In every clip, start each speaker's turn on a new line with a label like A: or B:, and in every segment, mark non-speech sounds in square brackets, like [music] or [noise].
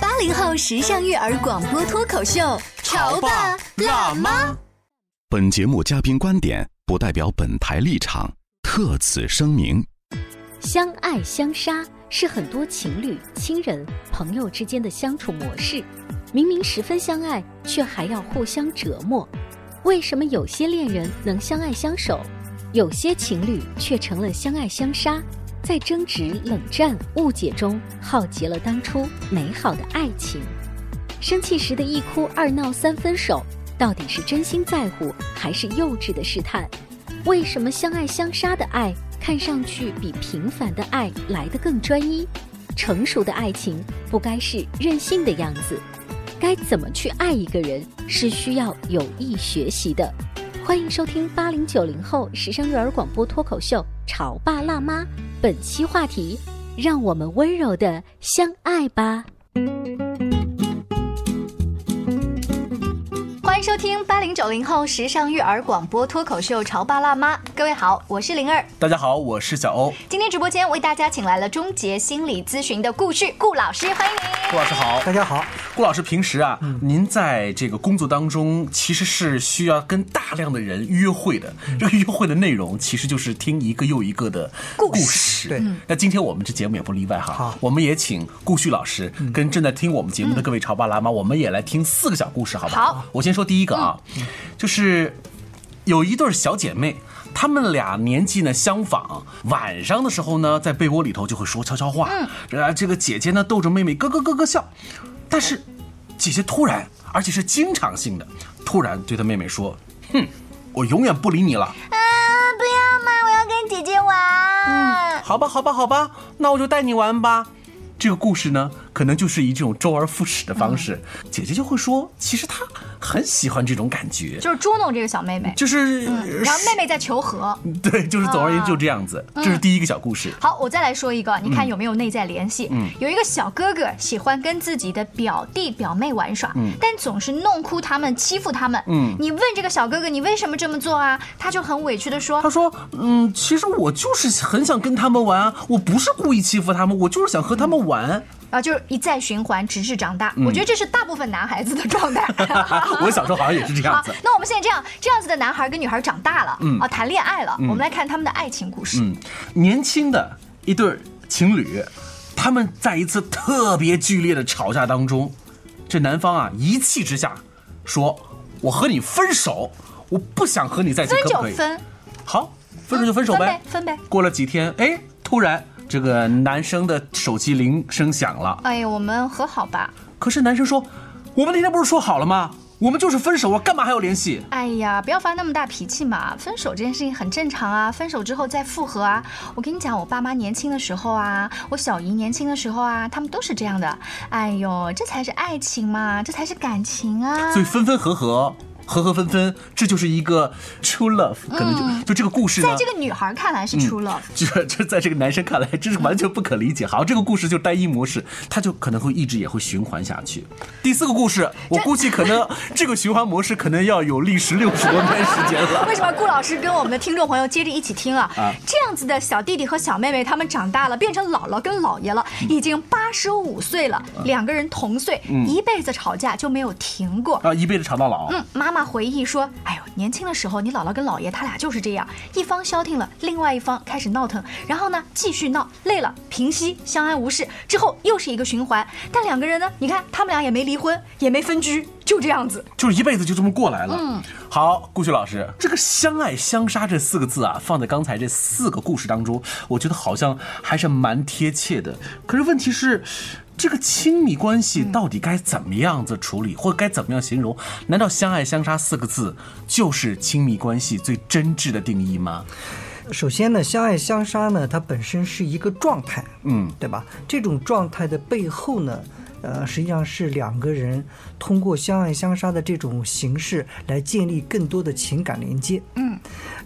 A: 八零后时尚育儿广播脱口秀，潮爸辣妈。
B: 妈。
C: 本节目嘉宾观点不代表本台立场，特此声明。
D: 相爱相杀是很多情侣、亲人、朋友之间的相处模式。明明十分相爱，却还要互相折磨。为什么有些恋人能相爱相守，有些情侣却成了相爱相杀？在争执、冷战、误解中，耗竭了当初美好的爱情。生气时的一哭二闹三分手，到底是真心在乎，还是幼稚的试探？为什么相爱相杀的爱看上去比平凡的爱来得更专一？成熟的爱情不该是任性的样子。该怎么去爱一个人，是需要有意学习的。欢迎收听八零九零后时尚育儿广播脱口秀《潮爸辣妈》，本期话题：让我们温柔的相爱吧。
A: 欢迎收听八零九零后时尚育儿广播脱口秀《潮爸辣妈》。各位好，我是灵儿。
B: 大家好，我是小欧。
A: 今天直播间为大家请来了终结心理咨询的顾旭顾老师，欢迎
E: 啊
A: 您。
B: 顾老师好，
F: 大家好，
B: 顾老师平时啊，您在这个工作当中其实是需要跟大量的人约会的，这个约会的内容其实就是听一个又一个的故事。
F: 对
B: 嗯，那今天我们这节目也不例外哈，
F: 好
B: 我们也请顾旭老师跟正在听我们节目的各位潮爸辣妈，我们也来听四个小故事，好吧？
A: 好，
B: 我先说第一个啊，就是有一对儿小姐妹。她们俩年纪呢相仿，晚上的时候呢，在被窝里头就会说悄悄话。嗯，这个姐姐呢逗着妹妹咯咯咯咯笑，但是姐姐突然，而且是经常性的，突然对她妹妹说：“哼，我永远不理你了。
G: 啊，不要嘛，我要跟姐姐玩。
A: 嗯
B: 好吧，好吧，好吧，那我就带你玩吧。”这个故事呢，可能就是以这种周而复始的方式，
A: 嗯
B: 姐姐就会说，其实她很喜欢这种感觉，
A: 就是捉弄这个小妹妹，
B: 就是、
A: 然后妹妹在啊嗯求和。
B: [laughs] 对，就是总而言之就这样子。这是第一个小故事。
A: 好，我再来说一个，你看有没有内在联系？
B: 嗯
A: 有一个小哥哥喜欢跟自己的表弟表妹玩耍，但总是弄哭他们，欺负他们。
B: 嗯
A: 你问这个小哥哥你为什么这么做啊？他就很委屈的说
B: 他。说：“嗯，其实我就是很想跟他们玩啊，我不是故意欺负他们，我就是想和他们玩。
A: 啊，就是一再循环，直至长大。我觉得这是大部分男孩子的状
B: [laughs]
A: 态。
B: 嗯啊我小时候好像也是这样
A: 好
B: 子。，
A: 那我们现在这样，这样子的男孩跟女孩长大了，啊，谈恋爱了，我们来看他们的爱情故事。
B: 嗯，年轻的一对儿情侣，他们在一次特别剧烈的吵架当中，这男方啊一气之下说：“我和你分手，我不想和你在一起，
A: 分
B: 可
A: 就
B: 不可以？”
A: 分，
B: 好，分手就分手呗，
A: 分呗分呗
B: 过了几天，哎，突然这个男生的手机铃声响了，
A: 哎呀，我们和好吧。
B: 可是男生说：“我们那天不是说好了吗？我们就是分手啊，干嘛还要联系？”
A: 哎呀，不要发那么大脾气嘛！分手这件事情很正常啊，分手之后再复合啊。我跟你讲，我爸妈年轻的时候啊，我小姨年轻的时候啊，他们都是这样的。哎呦，这才是爱情嘛，这才是感情啊！
B: 所以分分合合，合合分分，这就是一个 true love，可能就、就这个故事
A: 嗯
B: 呢嗯
A: 在。这个女孩看来是 true love，、
B: 这这在这个男生看来，真是完全不可理解。好，这个故事就单一模式，他就可能会一直也会循环下去。第四个故事，我估计可能这个循环模式可能要有历时六十多年时间
A: [laughs]
B: 了。
A: 为什么顾老师跟我们的听众朋友接着一起听啊？
B: 啊
A: 这样子的小弟弟和小妹妹，他们长大了，变成姥姥跟姥爷了，
B: 嗯
A: 已经八十五岁了，两个人同岁，一辈子吵架就没有停过。
B: 啊，一辈子吵到老。
A: 嗯，妈妈回忆说：“哎呦，年轻的时候，你姥姥跟姥爷他俩就是这样，一方消停了，另外一方开始闹腾，然后呢继续闹，累了平息，相安无事，之后又是一个循环。但两个人呢，你看他们俩也没离婚，也没分居，
H: 就这样子。
B: 就是一辈子就这么过来了。嗯，好，顾旭老师，这个“相爱相杀”这四个字啊，放在刚才这四个故事当中，我觉得好像还是蛮贴切的。可是问题是，这个亲密关系到底该怎么样子处理，或该怎么样形容？难道“相爱相杀”四个字就是亲密关系最真挚的定义吗？
I: 首先呢，相爱相杀呢，它本身是一个状态，
B: 嗯，
I: 对吧？这种状态的背后呢，呃，实际上是两个人通过相爱相杀的这种形式来建立更多的情感连接。
H: 嗯，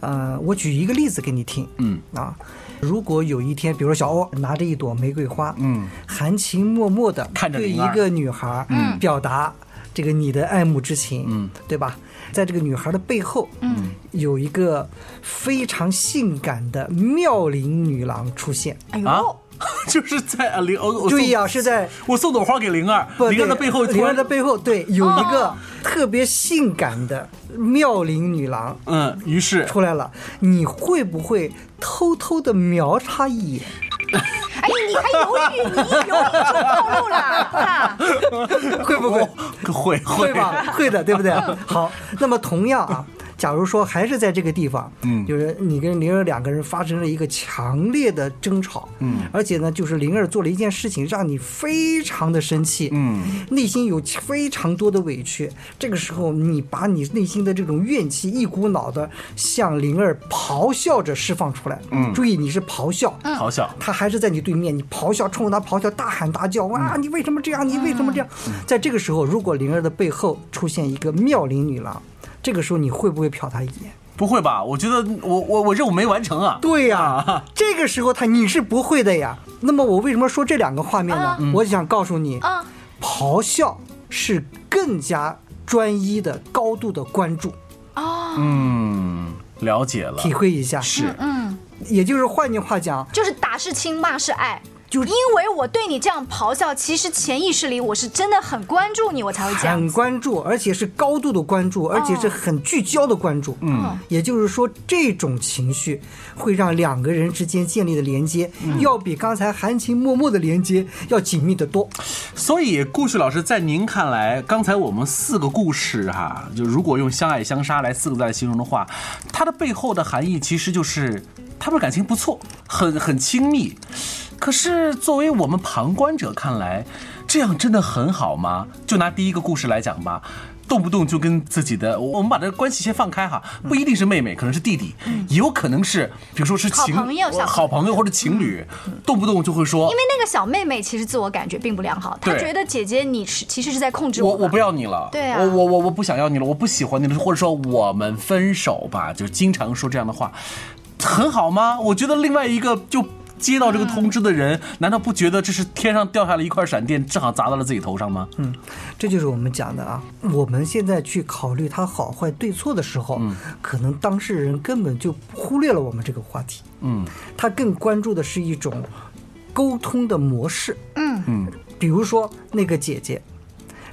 I: 呃，我举一个例子给你听。
B: 嗯
I: 啊，如果有一天，比如说小欧拿着一朵玫瑰花，
B: 嗯，
I: 含情脉脉的
B: 看着
I: 对
B: 灵
I: 一
B: 儿
I: 个女孩，嗯，表达这个你的爱慕之情，
B: 嗯，
I: 对吧？在这个女孩的背后，嗯，有一个非常性感的妙龄女郎出现。
H: 哎呦，
I: [laughs]
B: 啊，就是在啊灵，哦
I: 注意啊，是在
B: 我送朵花给灵儿，
I: 不
B: 啊灵儿的
I: 对
B: 背后突
I: 灵儿
B: 然
I: 的背后，对，
B: [laughs]
I: 有一个特别性感的妙龄女郎
B: 嗯，于是
I: 出来了，你会不会偷偷的瞄她一眼？
H: 哎，你还犹豫，你一犹豫就暴露了，哈，
I: 会不会？
B: 哦会
I: [laughs] 会吧？会的，对 [laughs] 不对？好，那么同样啊，假如说还是在这个地方，嗯，就是你跟灵儿两个人发生了一个强烈的争吵，嗯，而且呢，就是灵儿做了一件事情让你非常的生气，嗯，内心有非常多的委屈，这个时候你把你内心的这种怨气一股脑的向灵儿咆哮着释放出来，嗯，注意你是咆哮，嗯，
B: 好笑，
I: 他还是在你对面，你咆哮，冲着他咆哮，大喊大叫，哇，你为什么这样？你为什么这样？在这个时候，如果灵儿的背后出现一个妙龄女郎，这个时候你会不会瞟她一眼？
B: 不会吧？我觉得我我我任务没完成啊。
I: 对呀、这个时候她你是不会的呀。那么我为什么说这两个画面呢？我想告诉你，
H: 啊
I: 咆哮是更加专一的、高度的关注，
B: 嗯，了解了，
I: 体会一下。
B: 是
I: 也就是换句话讲，
H: [laughs] 就是打是亲，骂是爱。
I: 就
H: 因为我对你这样咆哮，其实潜意识里我是真的很关注你，我才会这样哦
I: 很。关注，而且是高度的关注，而且是很聚焦的关注。
B: 嗯，
I: 也就是说，这种情绪会让两个人之间建立的连接，要比刚才含情脉脉的连接要紧密得多。
B: 所以，故事老师，在您看来，刚才我们四个故事哈、就如果用“相爱相杀”来四个字来形容的话，它的背后的含义其实就是他们感情不错，很很亲密。可是，作为我们旁观者看来，这样真的很好吗？就拿第一个故事来讲吧。动不动就跟自己的，我我们把这个关系先放开哈，不一定是妹妹，可能是弟弟，也有可能是，比如说是情
H: 嗯好朋友小朋嗯友
B: 好朋友或者情侣，动不动就会说，
H: 因为那个小妹妹其实自我感觉并不良好，她
B: 对
H: 觉得姐姐你是其实是在控制
B: 我
H: 我
B: 我
H: 吧
B: 不要你了，
H: 对啊
B: 我我我我不想要你了，我不喜欢你了，或者说我们分手吧，就经常说这样的话，很好吗？我觉得另外一个就接到这个通知的人，
H: 嗯
B: 难道不觉得这是天上掉下了一块闪电，正好砸到了自己头上吗？嗯，
I: 这就是我们讲的啊。我们现在去考虑它好坏对错的时候，可能当事人根本就忽略了我们这个话题。
B: 嗯，
I: 他更关注的是一种沟通的模式。
H: 嗯
B: 嗯，
I: 比如说那个姐姐，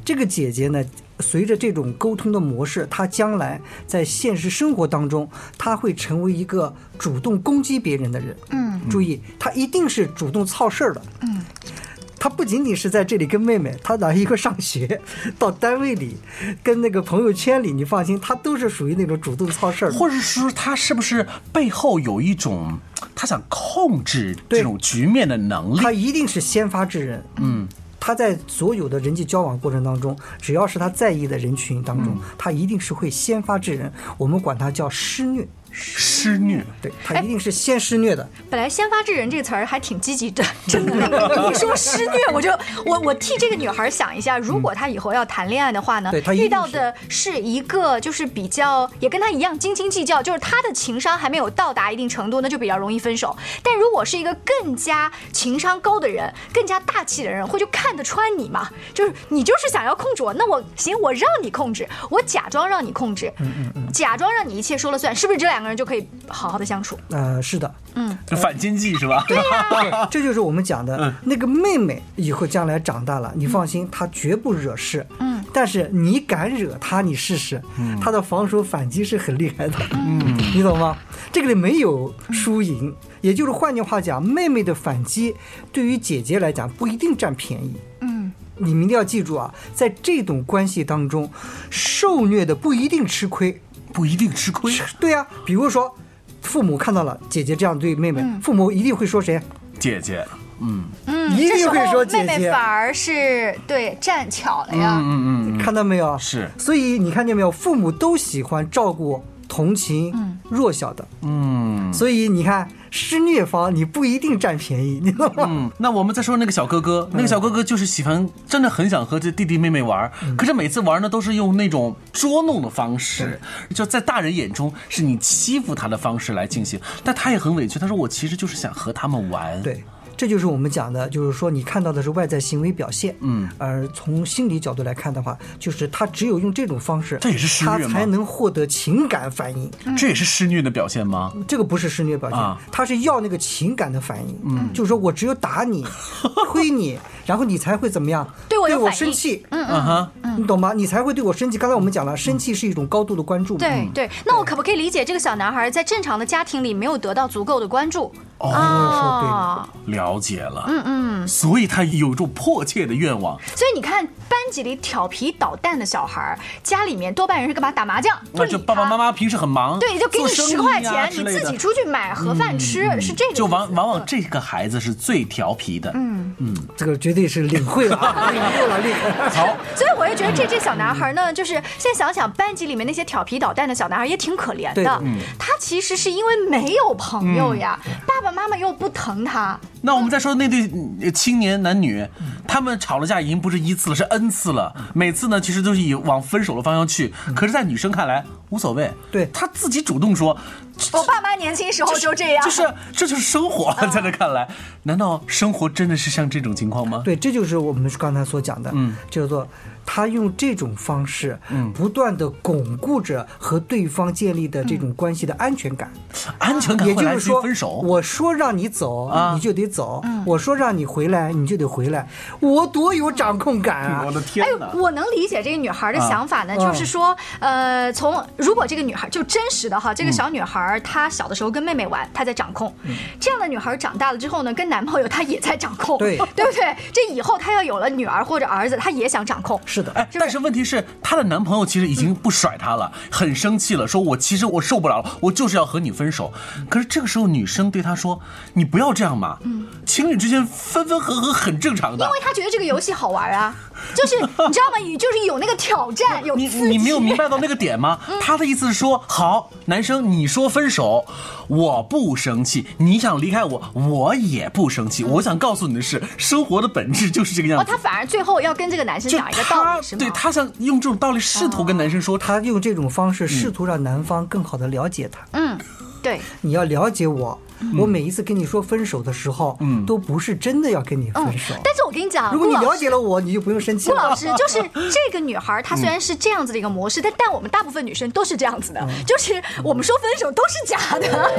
I: 这个姐姐呢，随着这种沟通的模式，她将来在现实生活当中，她会成为一个主动攻击别人的人。
H: 嗯，
I: 注意，她一定是主动操事儿的。嗯。她不仅仅是在这里跟妹妹，她哪一个上学，到单位里，跟那个朋友圈里，你放心，她都是属于那种主动操事儿的。
B: 或者说他是不是背后有一种他想控制这种局面的能力？
I: 他一定是先发制人。嗯，他在所有的人际交往过程当中，只要是他在意的人群当中，他一定是会先发制人。我们管他叫施虐，
B: 施虐，
I: 对他一定是先施虐的。
H: 本来“先发制人”这个词儿还挺积极
I: [laughs]
H: 的，真的。你说施虐，我就我我替这个女孩想一下，如果她以后要谈恋爱的话呢
I: 对她，一定
H: 遇到的是一个就是比较也跟她一样斤斤计较，就是她的情商还没有到达一定程度，那就比较容易分手。但如果是一个更加情商高的人，更加大气的人，会就看得穿你嘛，就是你就是想要控制我，那我行，我让你控制，我假装让你控制，假装让你一切说了算，是不是这两个人就可以好好的相处？
I: 呃，是的，
B: 就反间计是吧？
H: 啊
I: [laughs] 这就是我们讲的那个妹妹，以后将来长大了，你放心，她绝不惹事。嗯，但是你敢惹她，你试试，她的防守反击是很厉害的。嗯， [laughs] 你懂吗？这个里没有输赢，也就是换句话讲，妹妹的反击对于姐姐来讲不一定占便宜。
H: 嗯，
I: 你们一定要记住啊，在这种关系当中，受虐的不一定吃亏。
B: [laughs] 不一定吃亏。
I: 对呀、比如说，父母看到了姐姐这样对妹妹，父母一定会说谁？
B: 姐姐，
H: 嗯，
I: 一
H: 这时
I: 定会
H: 候
I: 说姐
H: 妹妹
I: 姐
H: 反而是对占巧了呀。
B: 嗯嗯嗯，
I: 看到没有？
B: 是
I: 所以你看见没有？父母都喜欢照顾、同情弱小的。
B: 嗯
I: 所以你看，施虐方你不一定占便宜，你懂吗？
B: 嗯。那我们再说那个小哥哥，那个小哥哥就是喜欢，真的很想和这弟弟妹妹玩，可是每次玩呢都是用那种捉弄的方式，就在大人眼中是你欺负他的方式来进行，但他也很委屈，他说我其实就是想和他们玩。，
I: 对，这就是我们讲的，就是说你看到的是外在行为表现，嗯，而从心理角度来看的话，就是他只有用这种方式，
B: 这也是施虐
I: 他
B: 吗
I: 才能获得情感反应。
B: 这也是施虐的表现吗？
I: 这个不是施虐表现，
B: 啊
I: 他是要那个情感的反应，嗯，就是说我只有打 [laughs] 你、推你，然后你才会怎么样？
H: 对我有反应
I: 生气，
B: 嗯哼，
I: 你懂吗？你才会对我生气。刚才我们讲了，生气是一种高度的关注嘛，
A: 对对，那我可不可以理解这个小男孩在正常的家庭里没有得到足够的关注？
B: 哦
I: 说对了。
A: 啊，
B: 了解了。嗯嗯，所以他有一种迫切的愿望，
A: 所以你看，班级里调皮捣蛋的小孩儿，家里面多半人是干嘛？打麻将，不
B: 那
A: 理
B: 就
A: 他。
B: 爸爸妈妈平时很忙，
A: 对，就给你
B: 做生意
A: 十块
B: 啊
A: 钱，
B: 之
A: 你
B: 类
A: 自
B: 的嗯
A: 己出去买盒饭吃，是这个意思。
B: 就往往往这个孩子是最调皮的。嗯，
I: 这个绝对是领会了
H: [laughs]
I: 啊，领会了，领会了。
B: 好，
A: 所以我就觉得这这小男孩呢，就是现在想想，班级里面那些调皮捣蛋的小男孩也挺可怜
I: 对
A: 的
I: 的。
A: 他其实是因为没有朋友呀，爸爸妈妈又不疼他。
B: 那我们再说那对呃青年男女，
I: 嗯
B: 他们吵了架已经不是一次了，是 n 次了。每次呢，其实都是以往分手的方向去。可是，在女生看来无所谓，
I: 嗯对嗯
B: 她自己主动说，
A: 我爸妈年轻时候就这样，
B: 就是这就是生活。 [laughs] 在她看来，难道生活真的是像这种情况吗？
I: 对，这就是我们刚才所讲的，嗯，叫做他用这种方式，嗯，不断的巩固着和对方建立的这
H: 嗯
I: 种关系的安全感。
B: 安全感
I: 嗯也
B: 会
I: 就
B: 来
I: 是
B: 自
I: 说，
B: 于分手。 [laughs]
I: 我说让你走，
B: 啊
I: 你就得走；
A: 嗯
I: 我说让你回来，你就得回来。我多有掌控感啊！
B: 的天
A: 哎，我能理解这个女孩的想法呢，就是说，呃，从如果这个女孩就真实的哈，这个小女孩她小的时候跟妹妹玩，她在掌控，这样的女孩长大了之后呢，跟男朋友她也在掌控，
I: 对
A: 对不对？这以后她要有了女儿或者儿子，她也想掌控，
I: 是的，
B: 哎，但是问题是，她的男朋友其实已经不甩她了，很生气了，说我其实我受不了了，我就是要和你分手。可是这个时候，女生对他说：“你不要这样嘛，情侣之间分分合合很正常的
A: 嗯因。为她觉得这个游戏好玩啊，就是你知道吗？就是有那个挑战，有
B: 你
A: 刺激。嗯
B: 你没有明白到那个点吗？他的意思是说，好，男生你说分手，我不生气，你想离开我，我也不生气。我想告诉你的是，生活的本质就是这个样
A: 嗯哦，
B: 子
A: 她。反而最后要跟这个男生
B: 就
A: 讲一个道
B: 他
A: 理，是吗？哦
B: 对他想用这种道理试图跟男生说，他
I: 他用这种方式试图让男方更好的了解他。
A: 嗯，对，
I: 你要了解我，我每一次跟你说分手的时候，嗯，都不是真的要跟你分手。
A: 嗯但是我跟你讲，
I: 如果你
A: 顾老
I: 了
A: 师
I: 解了我，你就不用生气
A: 顾老
I: 了。
A: 师，就是这个女孩，她虽然是这样子的一个模式，但但我们大部分女生都是这样子的，就是我们说分手都是假的。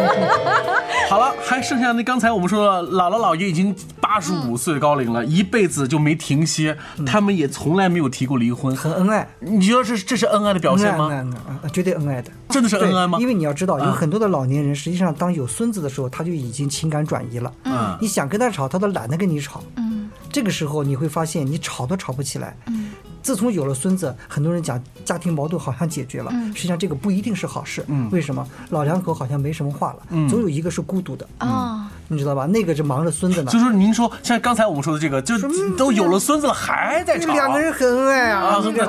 A: [laughs]
B: 好了，还剩下那刚才我们说了，姥姥姥爷已经八十五岁高龄了，一辈子就没停歇，他们也从来没有提过离婚。
I: 很 [laughs] 恩爱，
B: 你觉得这这是恩爱的表
I: 恩爱，
B: 现
I: 恩爱，
B: 吗？
I: 恩爱啊绝对恩爱的。
B: 真的是
I: 对，
B: 恩爱吗？
I: 因为你要知道，有
B: 啊
I: 很多的老年人，实际上当有孙子的时候，他就已经情感转移了。
B: 嗯
I: 你想跟他吵，他都懒得跟你吵。嗯，这个时候你会发现，你吵都吵不起来。嗯，自从有了孙子，很多人讲家庭矛盾好像解决了，实际上这个不一定是好事。嗯，为什么？老两口好像没什么话了，
B: 嗯
I: 总有一个是孤独的，嗯
A: 啊，
I: 你知道吧？那个是忙着孙子呢
B: 就。是您说，像刚才我们说的这个，就都有了孙子了还在
I: 哎这
B: 吵，
I: 两个人很恩爱啊，这个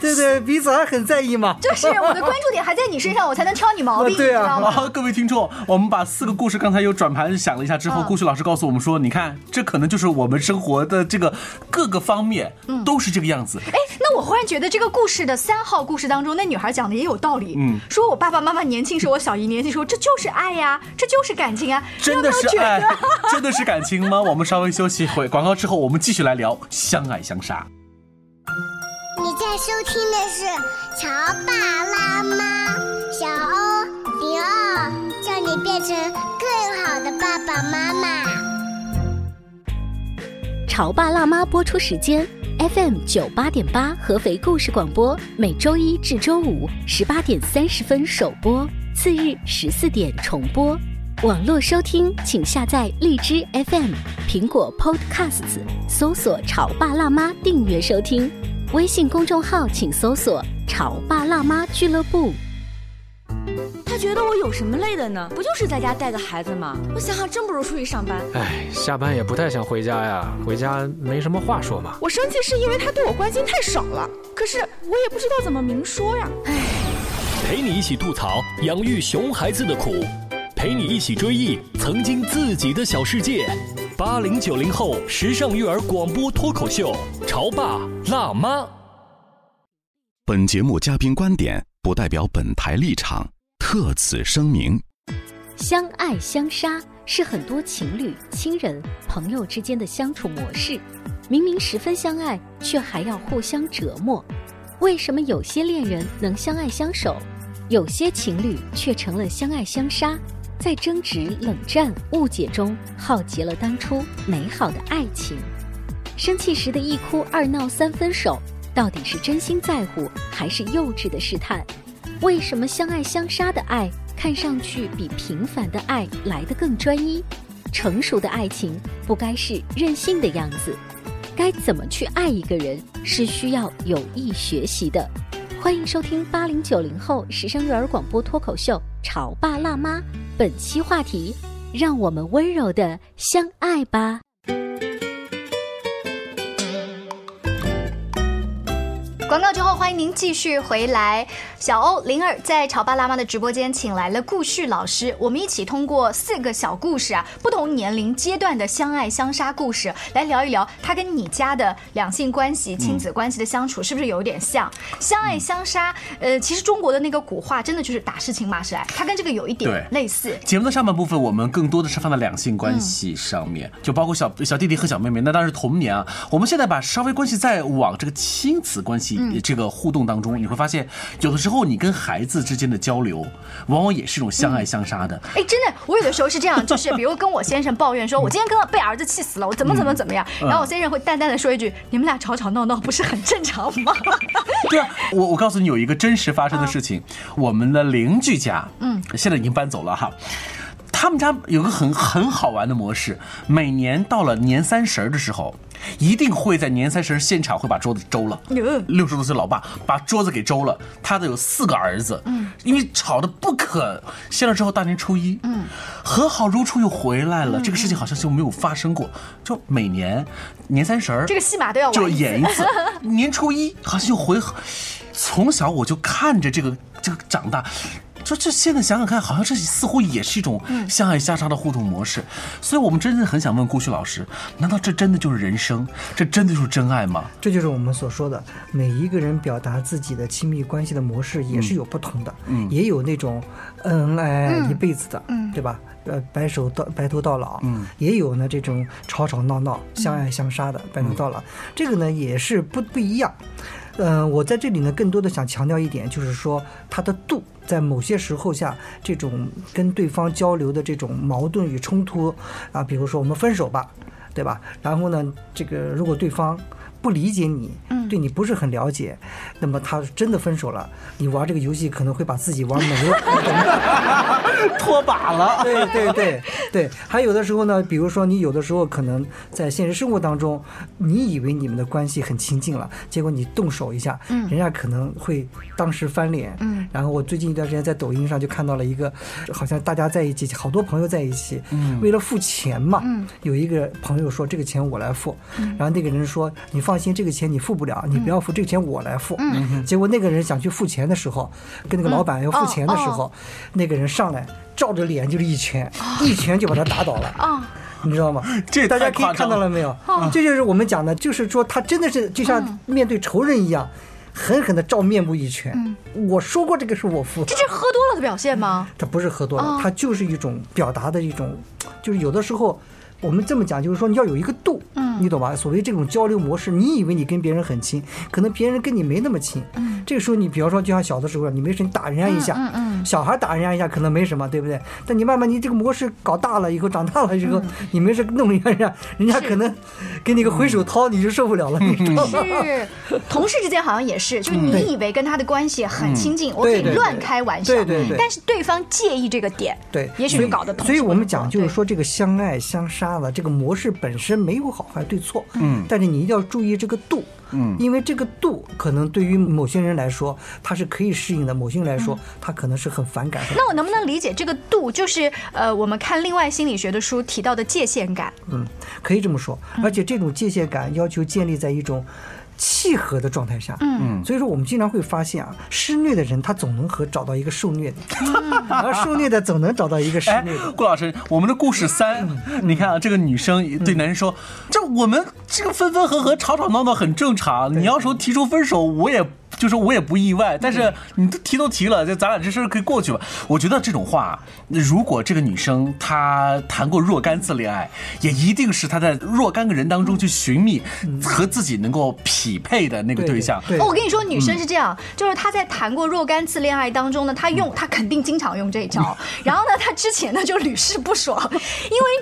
I: 对不对，彼此还很在意嘛。
A: 就是我的关注点还在你身上，我才能挑你毛病，
I: 啊对啊
A: 你知道吗？
B: 啊，各位听众，我们把四个故事刚才有转盘想了一下之后，顾旭老师告诉我们说，你看，这可能就是我们生活的这个各个方面都是这个样子。
A: 哎，那我忽然觉得这个故事的三号故事当中，那女孩讲的也有道理。
B: 嗯
A: 说我爸爸妈妈年轻时候，我小姨年轻时候，这就是爱呀、这就是感情啊。
B: 真的
A: 你
B: 是
A: 有没有
B: 爱
A: 觉得？，
B: [laughs] 真的是感情吗？我们稍微休息一会，广告之后我们继续来聊相爱相杀。
E: 你在收听的是《潮爸辣妈》，小欧零二，叫你变成更好的爸爸妈妈。
D: 《潮爸辣妈》播出时间：FM 九八点八合肥故事广播，每周一至周五十八点三十分首播，次日十四点重播。网络收听，请下载荔枝 FM、苹果 Podcasts 搜索“潮爸辣妈”订阅收听，微信公众号请搜索“潮爸辣妈俱乐部”。
J: 他觉得我有什么累的呢？不就是在家带个孩子吗？我想想，真不如出去上班。
K: 哎，下班也不太想回家呀，回家没什么话说嘛。
L: 我生气是因为他对我关心太少了，可是我也不知道怎么明说呀。哎，
M: 陪你一起吐槽养育熊孩子的苦，陪你一起追忆曾经自己的小世界。八零九零后时尚育儿广播脱口秀，潮爸辣妈。
C: 本节目嘉宾观点不代表本台立场，特此声明。
D: 相爱相杀是很多情侣、亲人、朋友之间的相处模式。明明十分相爱，却还要互相折磨。为什么有些恋人能相爱相守，有些情侣却成了相爱相杀？在争执、冷战、误解中，耗竭了当初美好的爱情。生气时的一哭二闹三分手，到底是真心在乎，还是幼稚的试探？为什么相爱相杀的爱看上去比平凡的爱来得更专一？成熟的爱情不该是任性的样子。该怎么去爱一个人，是需要有意学习的。欢迎收听八零九零后时尚育儿广播脱口秀《潮爸辣妈》，本期话题：让我们温柔的相爱吧。
A: 广告之后，欢迎您继续回来。小欧灵儿在潮爸辣妈的直播间请来了顾旭老师，我们一起通过四个小故事啊，不同年龄阶段的相爱相杀故事，来聊一聊他跟你家的两性关系、亲子关系的相处是不是有点像？相爱相杀，呃，其实中国的那个古话真的就是打是亲骂是爱，它跟这个有一点
B: 对
A: 类似。
B: 节目的上半部分，我们更多的是放在两性关系上面，就包括小小弟弟和小妹妹，那当然是童年啊。我们现在把稍微关系再往这个亲子关系这个互动当中，你会发现，有的时候你跟孩子之间的交流，往往也是一种相爱相杀的。
A: 哎，真的，我有的时候是这样，就是比如跟我先生抱怨说，我今天跟被儿子气死了，我怎么怎么怎么样，
B: 嗯
A: 然后我先生会淡淡的说一句，你们俩吵吵闹闹不是很正常吗？ [laughs]
B: 对啊，我我告诉你有一个真实发生的事情，我们的邻居家，
A: 嗯
B: 嗯，现在已经搬走了哈。他们家有个很很好玩的模式，每年到了年三十儿的时候，一定会在年三十儿现场会把桌子周了。
A: 哟
B: 六十多岁老爸把桌子给周了，他的有四个儿子，嗯，因为吵得不可，歇了之后大年初一，嗯，和好如初又回来了，这个事情好像就没有发生过，就每年年三十儿
A: 这个戏码都要玩
B: 就
A: 一次
B: 演一
A: [laughs]
B: 次，年初一好像又回，从小我就看着这个这个长大。就这现在想想看，好像这似乎也是一种
A: 嗯
B: 相爱相杀的互动模式，所以我们真的很想问顾旭老师，难道这真的就是人生？这真的就是真爱吗？
I: 这就是我们所说的，每一个人表达自己的亲密关系的模式也是有不同的，
B: 嗯
I: 也有那种恩恩爱爱一辈子的，
A: 嗯
I: 对吧？呃，白首到白头到老，
B: 嗯
I: 也有呢这种吵吵闹闹、
A: 嗯
I: 相爱相杀的白头到老，
B: 嗯
I: 这个呢也是不不一样。呃，我在这里呢，更多的想强调一点，就是说它的度，在某些时候下，这种跟对方交流的这种矛盾与冲突啊，比如说我们分手吧，对吧？然后呢，这个如果对方不理解你，对你不是很了解，那么他真的分手了，你玩这个游戏可能会把自己玩没了。
B: 脱把了，
I: 对对对对，还有的时候呢，比如说你有的时候可能在现实生活当中，你以为你们的关系很亲近了，结果你动手一下，嗯，人家可能会当时翻脸，嗯。然后我最近一段时间在抖音上就看到了一个，好像大家在一起，好多朋友在一起，嗯，为了付钱嘛，嗯，有一个朋友说这个钱我来付，然后那个人说你放心，这个钱你付不了，你不要付，这个钱我来付，嗯。结果那个人想去付钱的时候，跟那个老板要付钱的时
A: 哦哦
I: 候，那个人上来照着脸就是一拳，一拳就把他打倒了。
A: 啊，
I: 你知道吗？
B: 这也
I: 大家
B: 太
I: 可
B: 夸
I: 以
B: 张
I: 看到了没有？这就是我们讲的，就是说他真的是就像面对仇人一样，狠狠的照面部一拳。我说嗯过这个是我付，
A: 这是喝多了的表现吗？
I: 他不是喝多
A: 哦
I: 了，他就是一种表达的一种，就是有的时候。我们这么讲，就是说你要有一个度，嗯，你懂吧？所谓这种交流模式，你以为你跟别人很亲，可能别人跟你没那么亲。嗯，这个时候你比方说，就像小的时候，你没事你打人家一下，
A: 嗯嗯嗯
I: 小孩打人家一下可能没什么，对不对？但你慢慢你这个模式搞大了以后，长大了以后，
A: 嗯
I: 你没事弄人家，人家人家可能给你个回
A: 嗯
I: 手掏，你就受不了了。你知道吗？
A: 是，同事之间好像也是，就是你以为跟他的关系很亲近，
I: 嗯
A: 我可以
I: 对对对
A: 乱开玩笑
I: 对对对，
A: 但是对方介意这个点，
I: 对，
A: 也许
I: 所以
A: 搞得同
I: 所以
A: 事
I: 我
A: 们
I: 们讲就是说，这个相爱相杀的这个模式本身没有好坏对错，
B: 嗯
I: 但是你一定要注意这个度，
B: 嗯
I: 因为这个度可能对于某些人来说他是可以适应的，某些人来
A: 嗯
I: 说他可能是很反感。
A: 那我能不能理解这个度，就是呃，我们看另外心理学的书提到的界限感？
I: 嗯，可以这么说，
A: 嗯
I: 而且这种界限感要求建立在一种。契合的状态下，
A: 嗯
I: 所以说我们经常会发现啊，施虐的人他总能和找到一个受虐的，
A: 嗯
I: [laughs] 而受虐的总能找到一个施
B: 哎
I: 虐的。，
B: 顾老师，我们的故事三，你看啊，这个女生对男人说：“这我们这个分分合合、吵吵闹闹很正常。你要说提出分手，我也就是我也不意外。但是你都提都提了，就咱俩这事儿可以过去吧。”我觉得这种话，如果这个女生她谈过若干次恋爱，也一定是她在若干个人当中去寻觅和自己能够匹配的那个对象。
A: 哦，我跟你说，女生
B: 嗯
A: 是这样，就是她在谈过若干次恋爱当中呢，她
B: 嗯
A: 用她肯定经常用这一
B: [laughs]
A: 招，然后呢，她之前呢就屡试不爽，因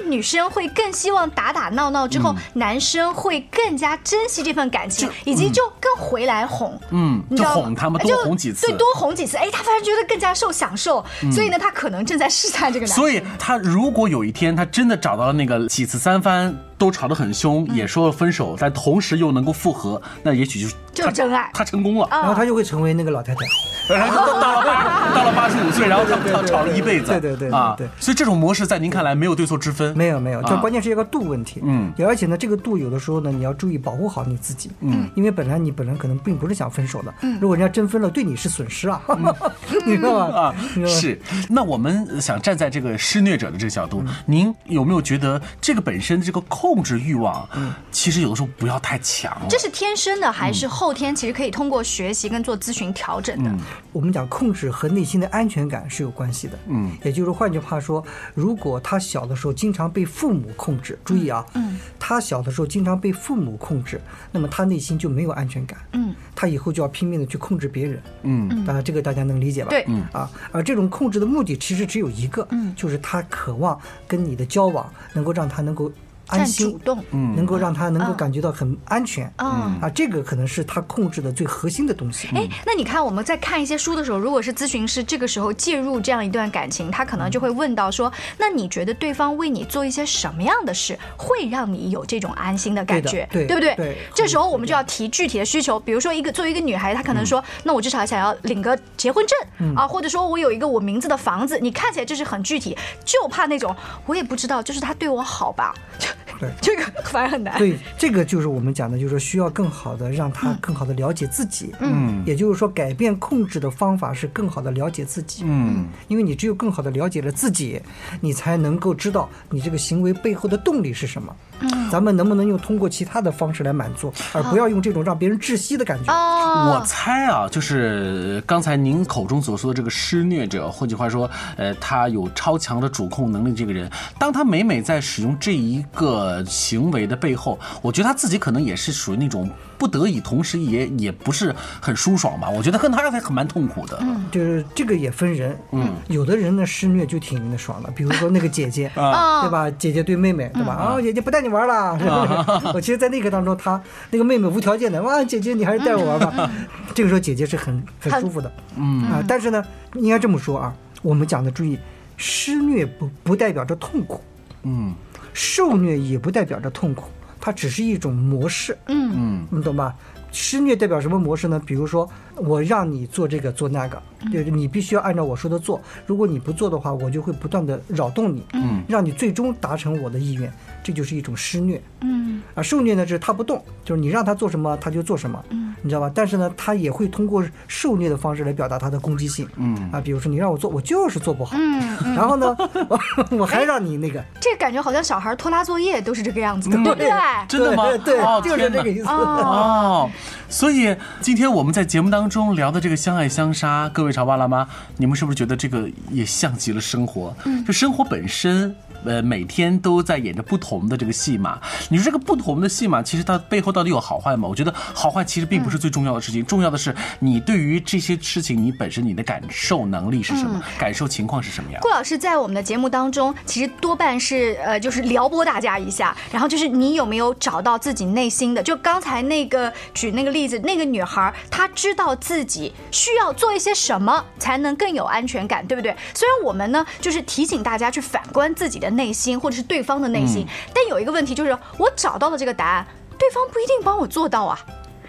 A: 为女生会更希望打打闹闹之后，
B: 嗯
A: 男生会更加珍惜这份感情，以及就更回来哄。
B: 嗯，
A: 你知
B: 就
A: 道吗
B: 哄他们
A: 就
B: 多哄几次，
A: 对，多哄几次，哎，她反而觉得更加受享受，
B: 嗯
A: 所以呢，她可能正在试探这个男生。
B: 所以他如果有一天他真的找到了那个几次三番都吵得很凶，
A: 嗯
B: 也说了分手，但同时又能够复合，那也许就是
A: 就是真爱，
B: 他成功
A: [laughs]
B: 了。
I: 然后他就会成为那个老太太。
B: 然后到到了八到了八十五岁，然后他们吵吵了一辈子，
I: 对对对对
B: 啊
I: 对。
B: 所以这种模式在您看来没有对错之分，
I: 没有没没有，这关
B: 键
I: 键是一个度问题。
B: 啊嗯，
I: 而且呢，这个度有的时候呢，你要注意保护好你自己。
B: 嗯，
I: 因为本来你本人可能并不是想分手的。
B: 嗯
I: 如果人家真分了，对你是损失啊， [laughs] 你知道吗？
B: [laughs] 啊
I: 你，知道吗
B: 是。那我们想站在这个施虐者的这个角
I: 嗯
B: 度，您有没有觉得这个本身这个控制欲望，
I: 嗯
B: 其实有的时候不要太强哦了？
A: 这是天生的还
B: 嗯
A: 是后天？其实可以通过学习跟做咨询调整的。
I: 我们讲控制和内心的安全感是有关系的。
B: 嗯，
I: 也就是换句话说，如果他小的时候经常被父母控制，注意啊，
A: 嗯，
I: 他小的时候经常被父母控制，那么他内心就没有安全感。
A: 嗯，
I: 他以后就要拼命的去控制别人。
B: 嗯
I: 当然这个大家能理解吧？
A: 对嗯
I: 啊，而这种控制的目的其实只有一个，嗯，就是他渴望跟你的交往能够让他能够。安心，
A: 占主动
B: 嗯
I: 能够让他能够
A: 嗯
I: 感觉到很安全，
A: 嗯
I: 啊，这个可能是他控制的最核心的东西。
A: 哎，那你看我们在看一些书的时候，如果是咨询师这个时候介入这样一段感情，他可能就会问到说：那你觉得对方为你做一些什么样的事，会让你有这种安心的感觉，
I: 对的对
A: 不对？
I: 对
A: 这时候我们就要提具体的需求，比如说一个作为一个女孩，她可能说：那我至少想要领个结婚证、
I: 嗯
A: 啊，或者说我有一个我名字的房子。你看起来这是很具体，就怕那种我也不知道，就是他对我好吧，
I: 对
A: [laughs] 这个反而很难。
I: 对，这个就是我们讲的，就是需要更好的让他更好的了解自己。
B: 嗯
I: 也就是说，改变控制的方法是更好的了解自己。
B: 嗯，
I: 因为你只有更好的了解了自己，你才能够知道你这个行为背后的动力是什么。
A: 嗯
I: 咱们能不能用通过其他的方式来满足，而不要用这种让别人窒息的感觉？
A: 哦
B: 我
A: 嗯
B: 猜啊，就是刚才您口中所说的这个施虐者，换句话说，呃，他有超强的主控能力。这个人，当他每每在使用这一个行为的背后，我觉得他自己可能也是属于那种不得已，同时也也不是很舒爽吧。我觉得跟他还很蛮痛苦的。
I: 嗯就是这个也分人，
B: 嗯，
I: 有的人呢施虐就挺那爽的，比如说那个姐姐，
B: [laughs] 啊嗯
I: 对吧？姐姐对妹妹，对吧？啊，姐姐不带你玩了，是不
B: 啊
I: [laughs] 是？我其实，在那个当中，她那个妹妹无条件的，哇，姐姐你还是带我玩吧。这个时候姐姐是很很舒服的，
B: 嗯
I: 啊，但是呢，应该这么说啊，我们讲的注意，施虐不不代表着痛苦，
B: 嗯
I: 受虐也不代表着痛苦，它只是一种模式，
A: 嗯
B: 嗯
I: 你懂吧？施虐代表什么模式呢？比如说，我让你做这个做那个，
B: 嗯
I: 就是你必须要按照我说的做。如果你不做的话，我就会不断的扰动你，
B: 嗯
I: 让你最终达成我的意愿，这就是一种施虐。
A: 嗯
I: 啊，受虐呢就是他不动，就是你让他做什么他就做什么，
A: 嗯
I: 你知道吧？但是呢，他也会通过受虐的方式来表达他的攻击性。
B: 嗯
I: 啊，比如说你让我做，我就是做不好，
A: 嗯嗯
I: [laughs] 然后呢，我我还让你那
B: 哎
I: 个，
A: 这感觉好像小孩拖拉作业都是这个样子的，对不对？
B: 嗯真的吗？
I: 嗯对对
B: 哦
I: 就是
B: 天哪
I: 这个意思
B: 哦，所以今天我们在节目当中聊的这个相爱相杀，
A: 嗯
B: 各位潮爸辣妈，你们是不是觉得这个也像极了生活？就生活本身。呃每天都在演着不同的这个戏码。你说这个不同的戏码，其实它背后到底有好坏吗？我觉得好坏其实并不是最重要的事情，重要的是你对于这些事情你本身你的感受能力是什
A: 嗯
B: 么，感受情况是什么样。
A: 顾老师在我们的节目当中，其实多半是呃，就是撩拨大家一下，然后就是你有没有找到自己内心的？就刚才那个举那个例子，那个女孩她知道自己需要做一些什么才能更有安全感，对不对？虽然我们呢，就是提醒大家去反观自己的内心或者是对方的内心，
B: 嗯
A: 但有一个问题就是，我找到了这个答案，对方不一定帮我做到啊。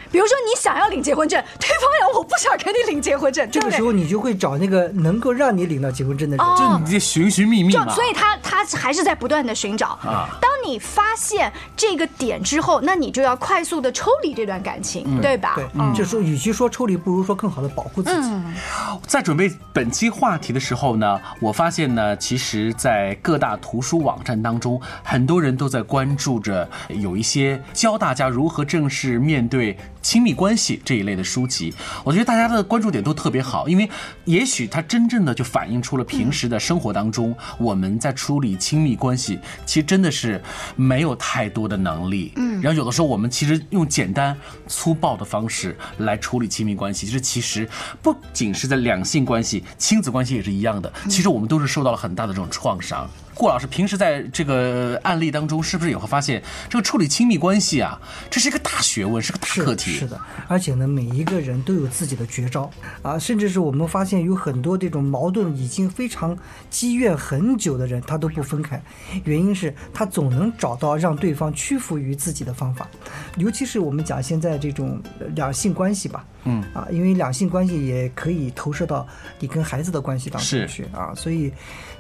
A: 比如说，你想要领结婚证，对方要我不想跟你领结婚证，
I: 这
A: 对不
I: 个
A: 对
I: 时候你就会找那个能够让你领到结婚证的人，
A: 哦就你
B: 这寻寻觅
A: 就所以他他还是在不断的寻找。
I: 啊
A: 当你发现这个点之后，那你就要快速的抽离这段感情，对吧？
I: 对，
A: 嗯
I: 就是与其说抽离，不如说更好的保护自己。
B: 在准备本期话题的时候呢，我发现呢，其实，在各大图书网站当中，很多人都在关注着有一些教大家如何正式面对亲密关系这一类的书籍。我觉得大家的关注点都特别好，因为也许它真正的就反映出了平时的生活当中，我们在处理亲密关系，其实真的是没有太多的能力。
N: 嗯
B: 然后有的时候我们其实用简单粗暴的方式来处理亲密关系，就是其实不仅是在两性关系、亲子关系也是一样的，
I: 嗯
B: 其实我们都是受到了很大的这种创伤。顾老师平时在这个案例当中，是不是也会发现这个处理亲密关系啊，这是一个大学问，是个大课题。
I: 是的，而且呢，每一个人都有自己的绝招啊，甚至是我们发现有很多这种矛盾已经非常积怨很久的人，他都不分开，原因是他总能找到让对方屈服于自己的方法，尤其是我们讲现在这种呃两性关系吧，
B: 嗯
I: 啊，因为两性关系也可以投射到你跟孩子的关系当
B: 是
I: 中去啊，所以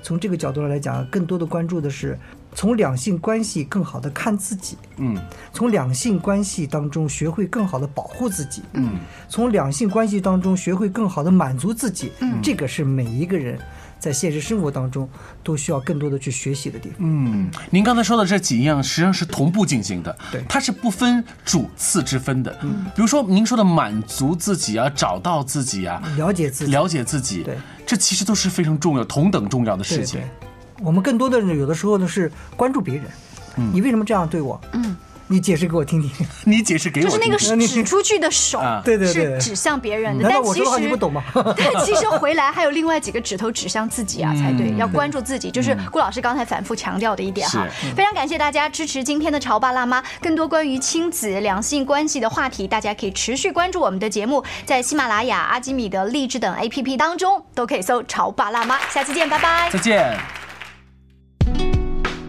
I: 从这个角度来讲，更多的关注的是从两性关系更好的看自己，
B: 嗯
I: 从两性关系当中学会更好的保护自己，
B: 嗯，
I: 从两性关系当中学会更好的满足自己，
B: 嗯
I: 这个是每一个人在现实生活当中都需要更多的去学习的地方。
B: 嗯，您刚才说的这几样实际上是同步进行的，
I: 对，
B: 它是不分主次之分的。
I: 嗯
B: 比如说您说的满足自己啊，找到自己啊，
I: 了解自己，
B: 了解自己，
I: 对，
B: 这其实都是非常重要、同等重要的事情。
I: 对我们更多的有的时候呢是关注别人，你为什么这样对我？
A: 嗯，
I: 你解释给我听听。
B: 你解释给
A: 就是那个指出去的手
I: 啊，对对对
A: 是指向别人的，
I: 难道
A: 嗯但
I: 我
A: 其
I: 说的话
A: 实
I: 你不懂吗
A: [laughs] 但其实回来还有另外几个指头指向自己啊，才对，
I: 嗯
A: 要关注自己，就是
I: 嗯
A: 顾老师刚才反复强调的一点哈
I: 是。嗯
A: 非常感谢大家支持今天的潮爸辣妈，更多关于亲子两性关系的话题，大家可以持续关注我们的节目，在喜马拉雅、阿基米德、荔枝等 APP 当中都可以搜“潮爸辣妈”，下期见，拜拜。
B: 再见。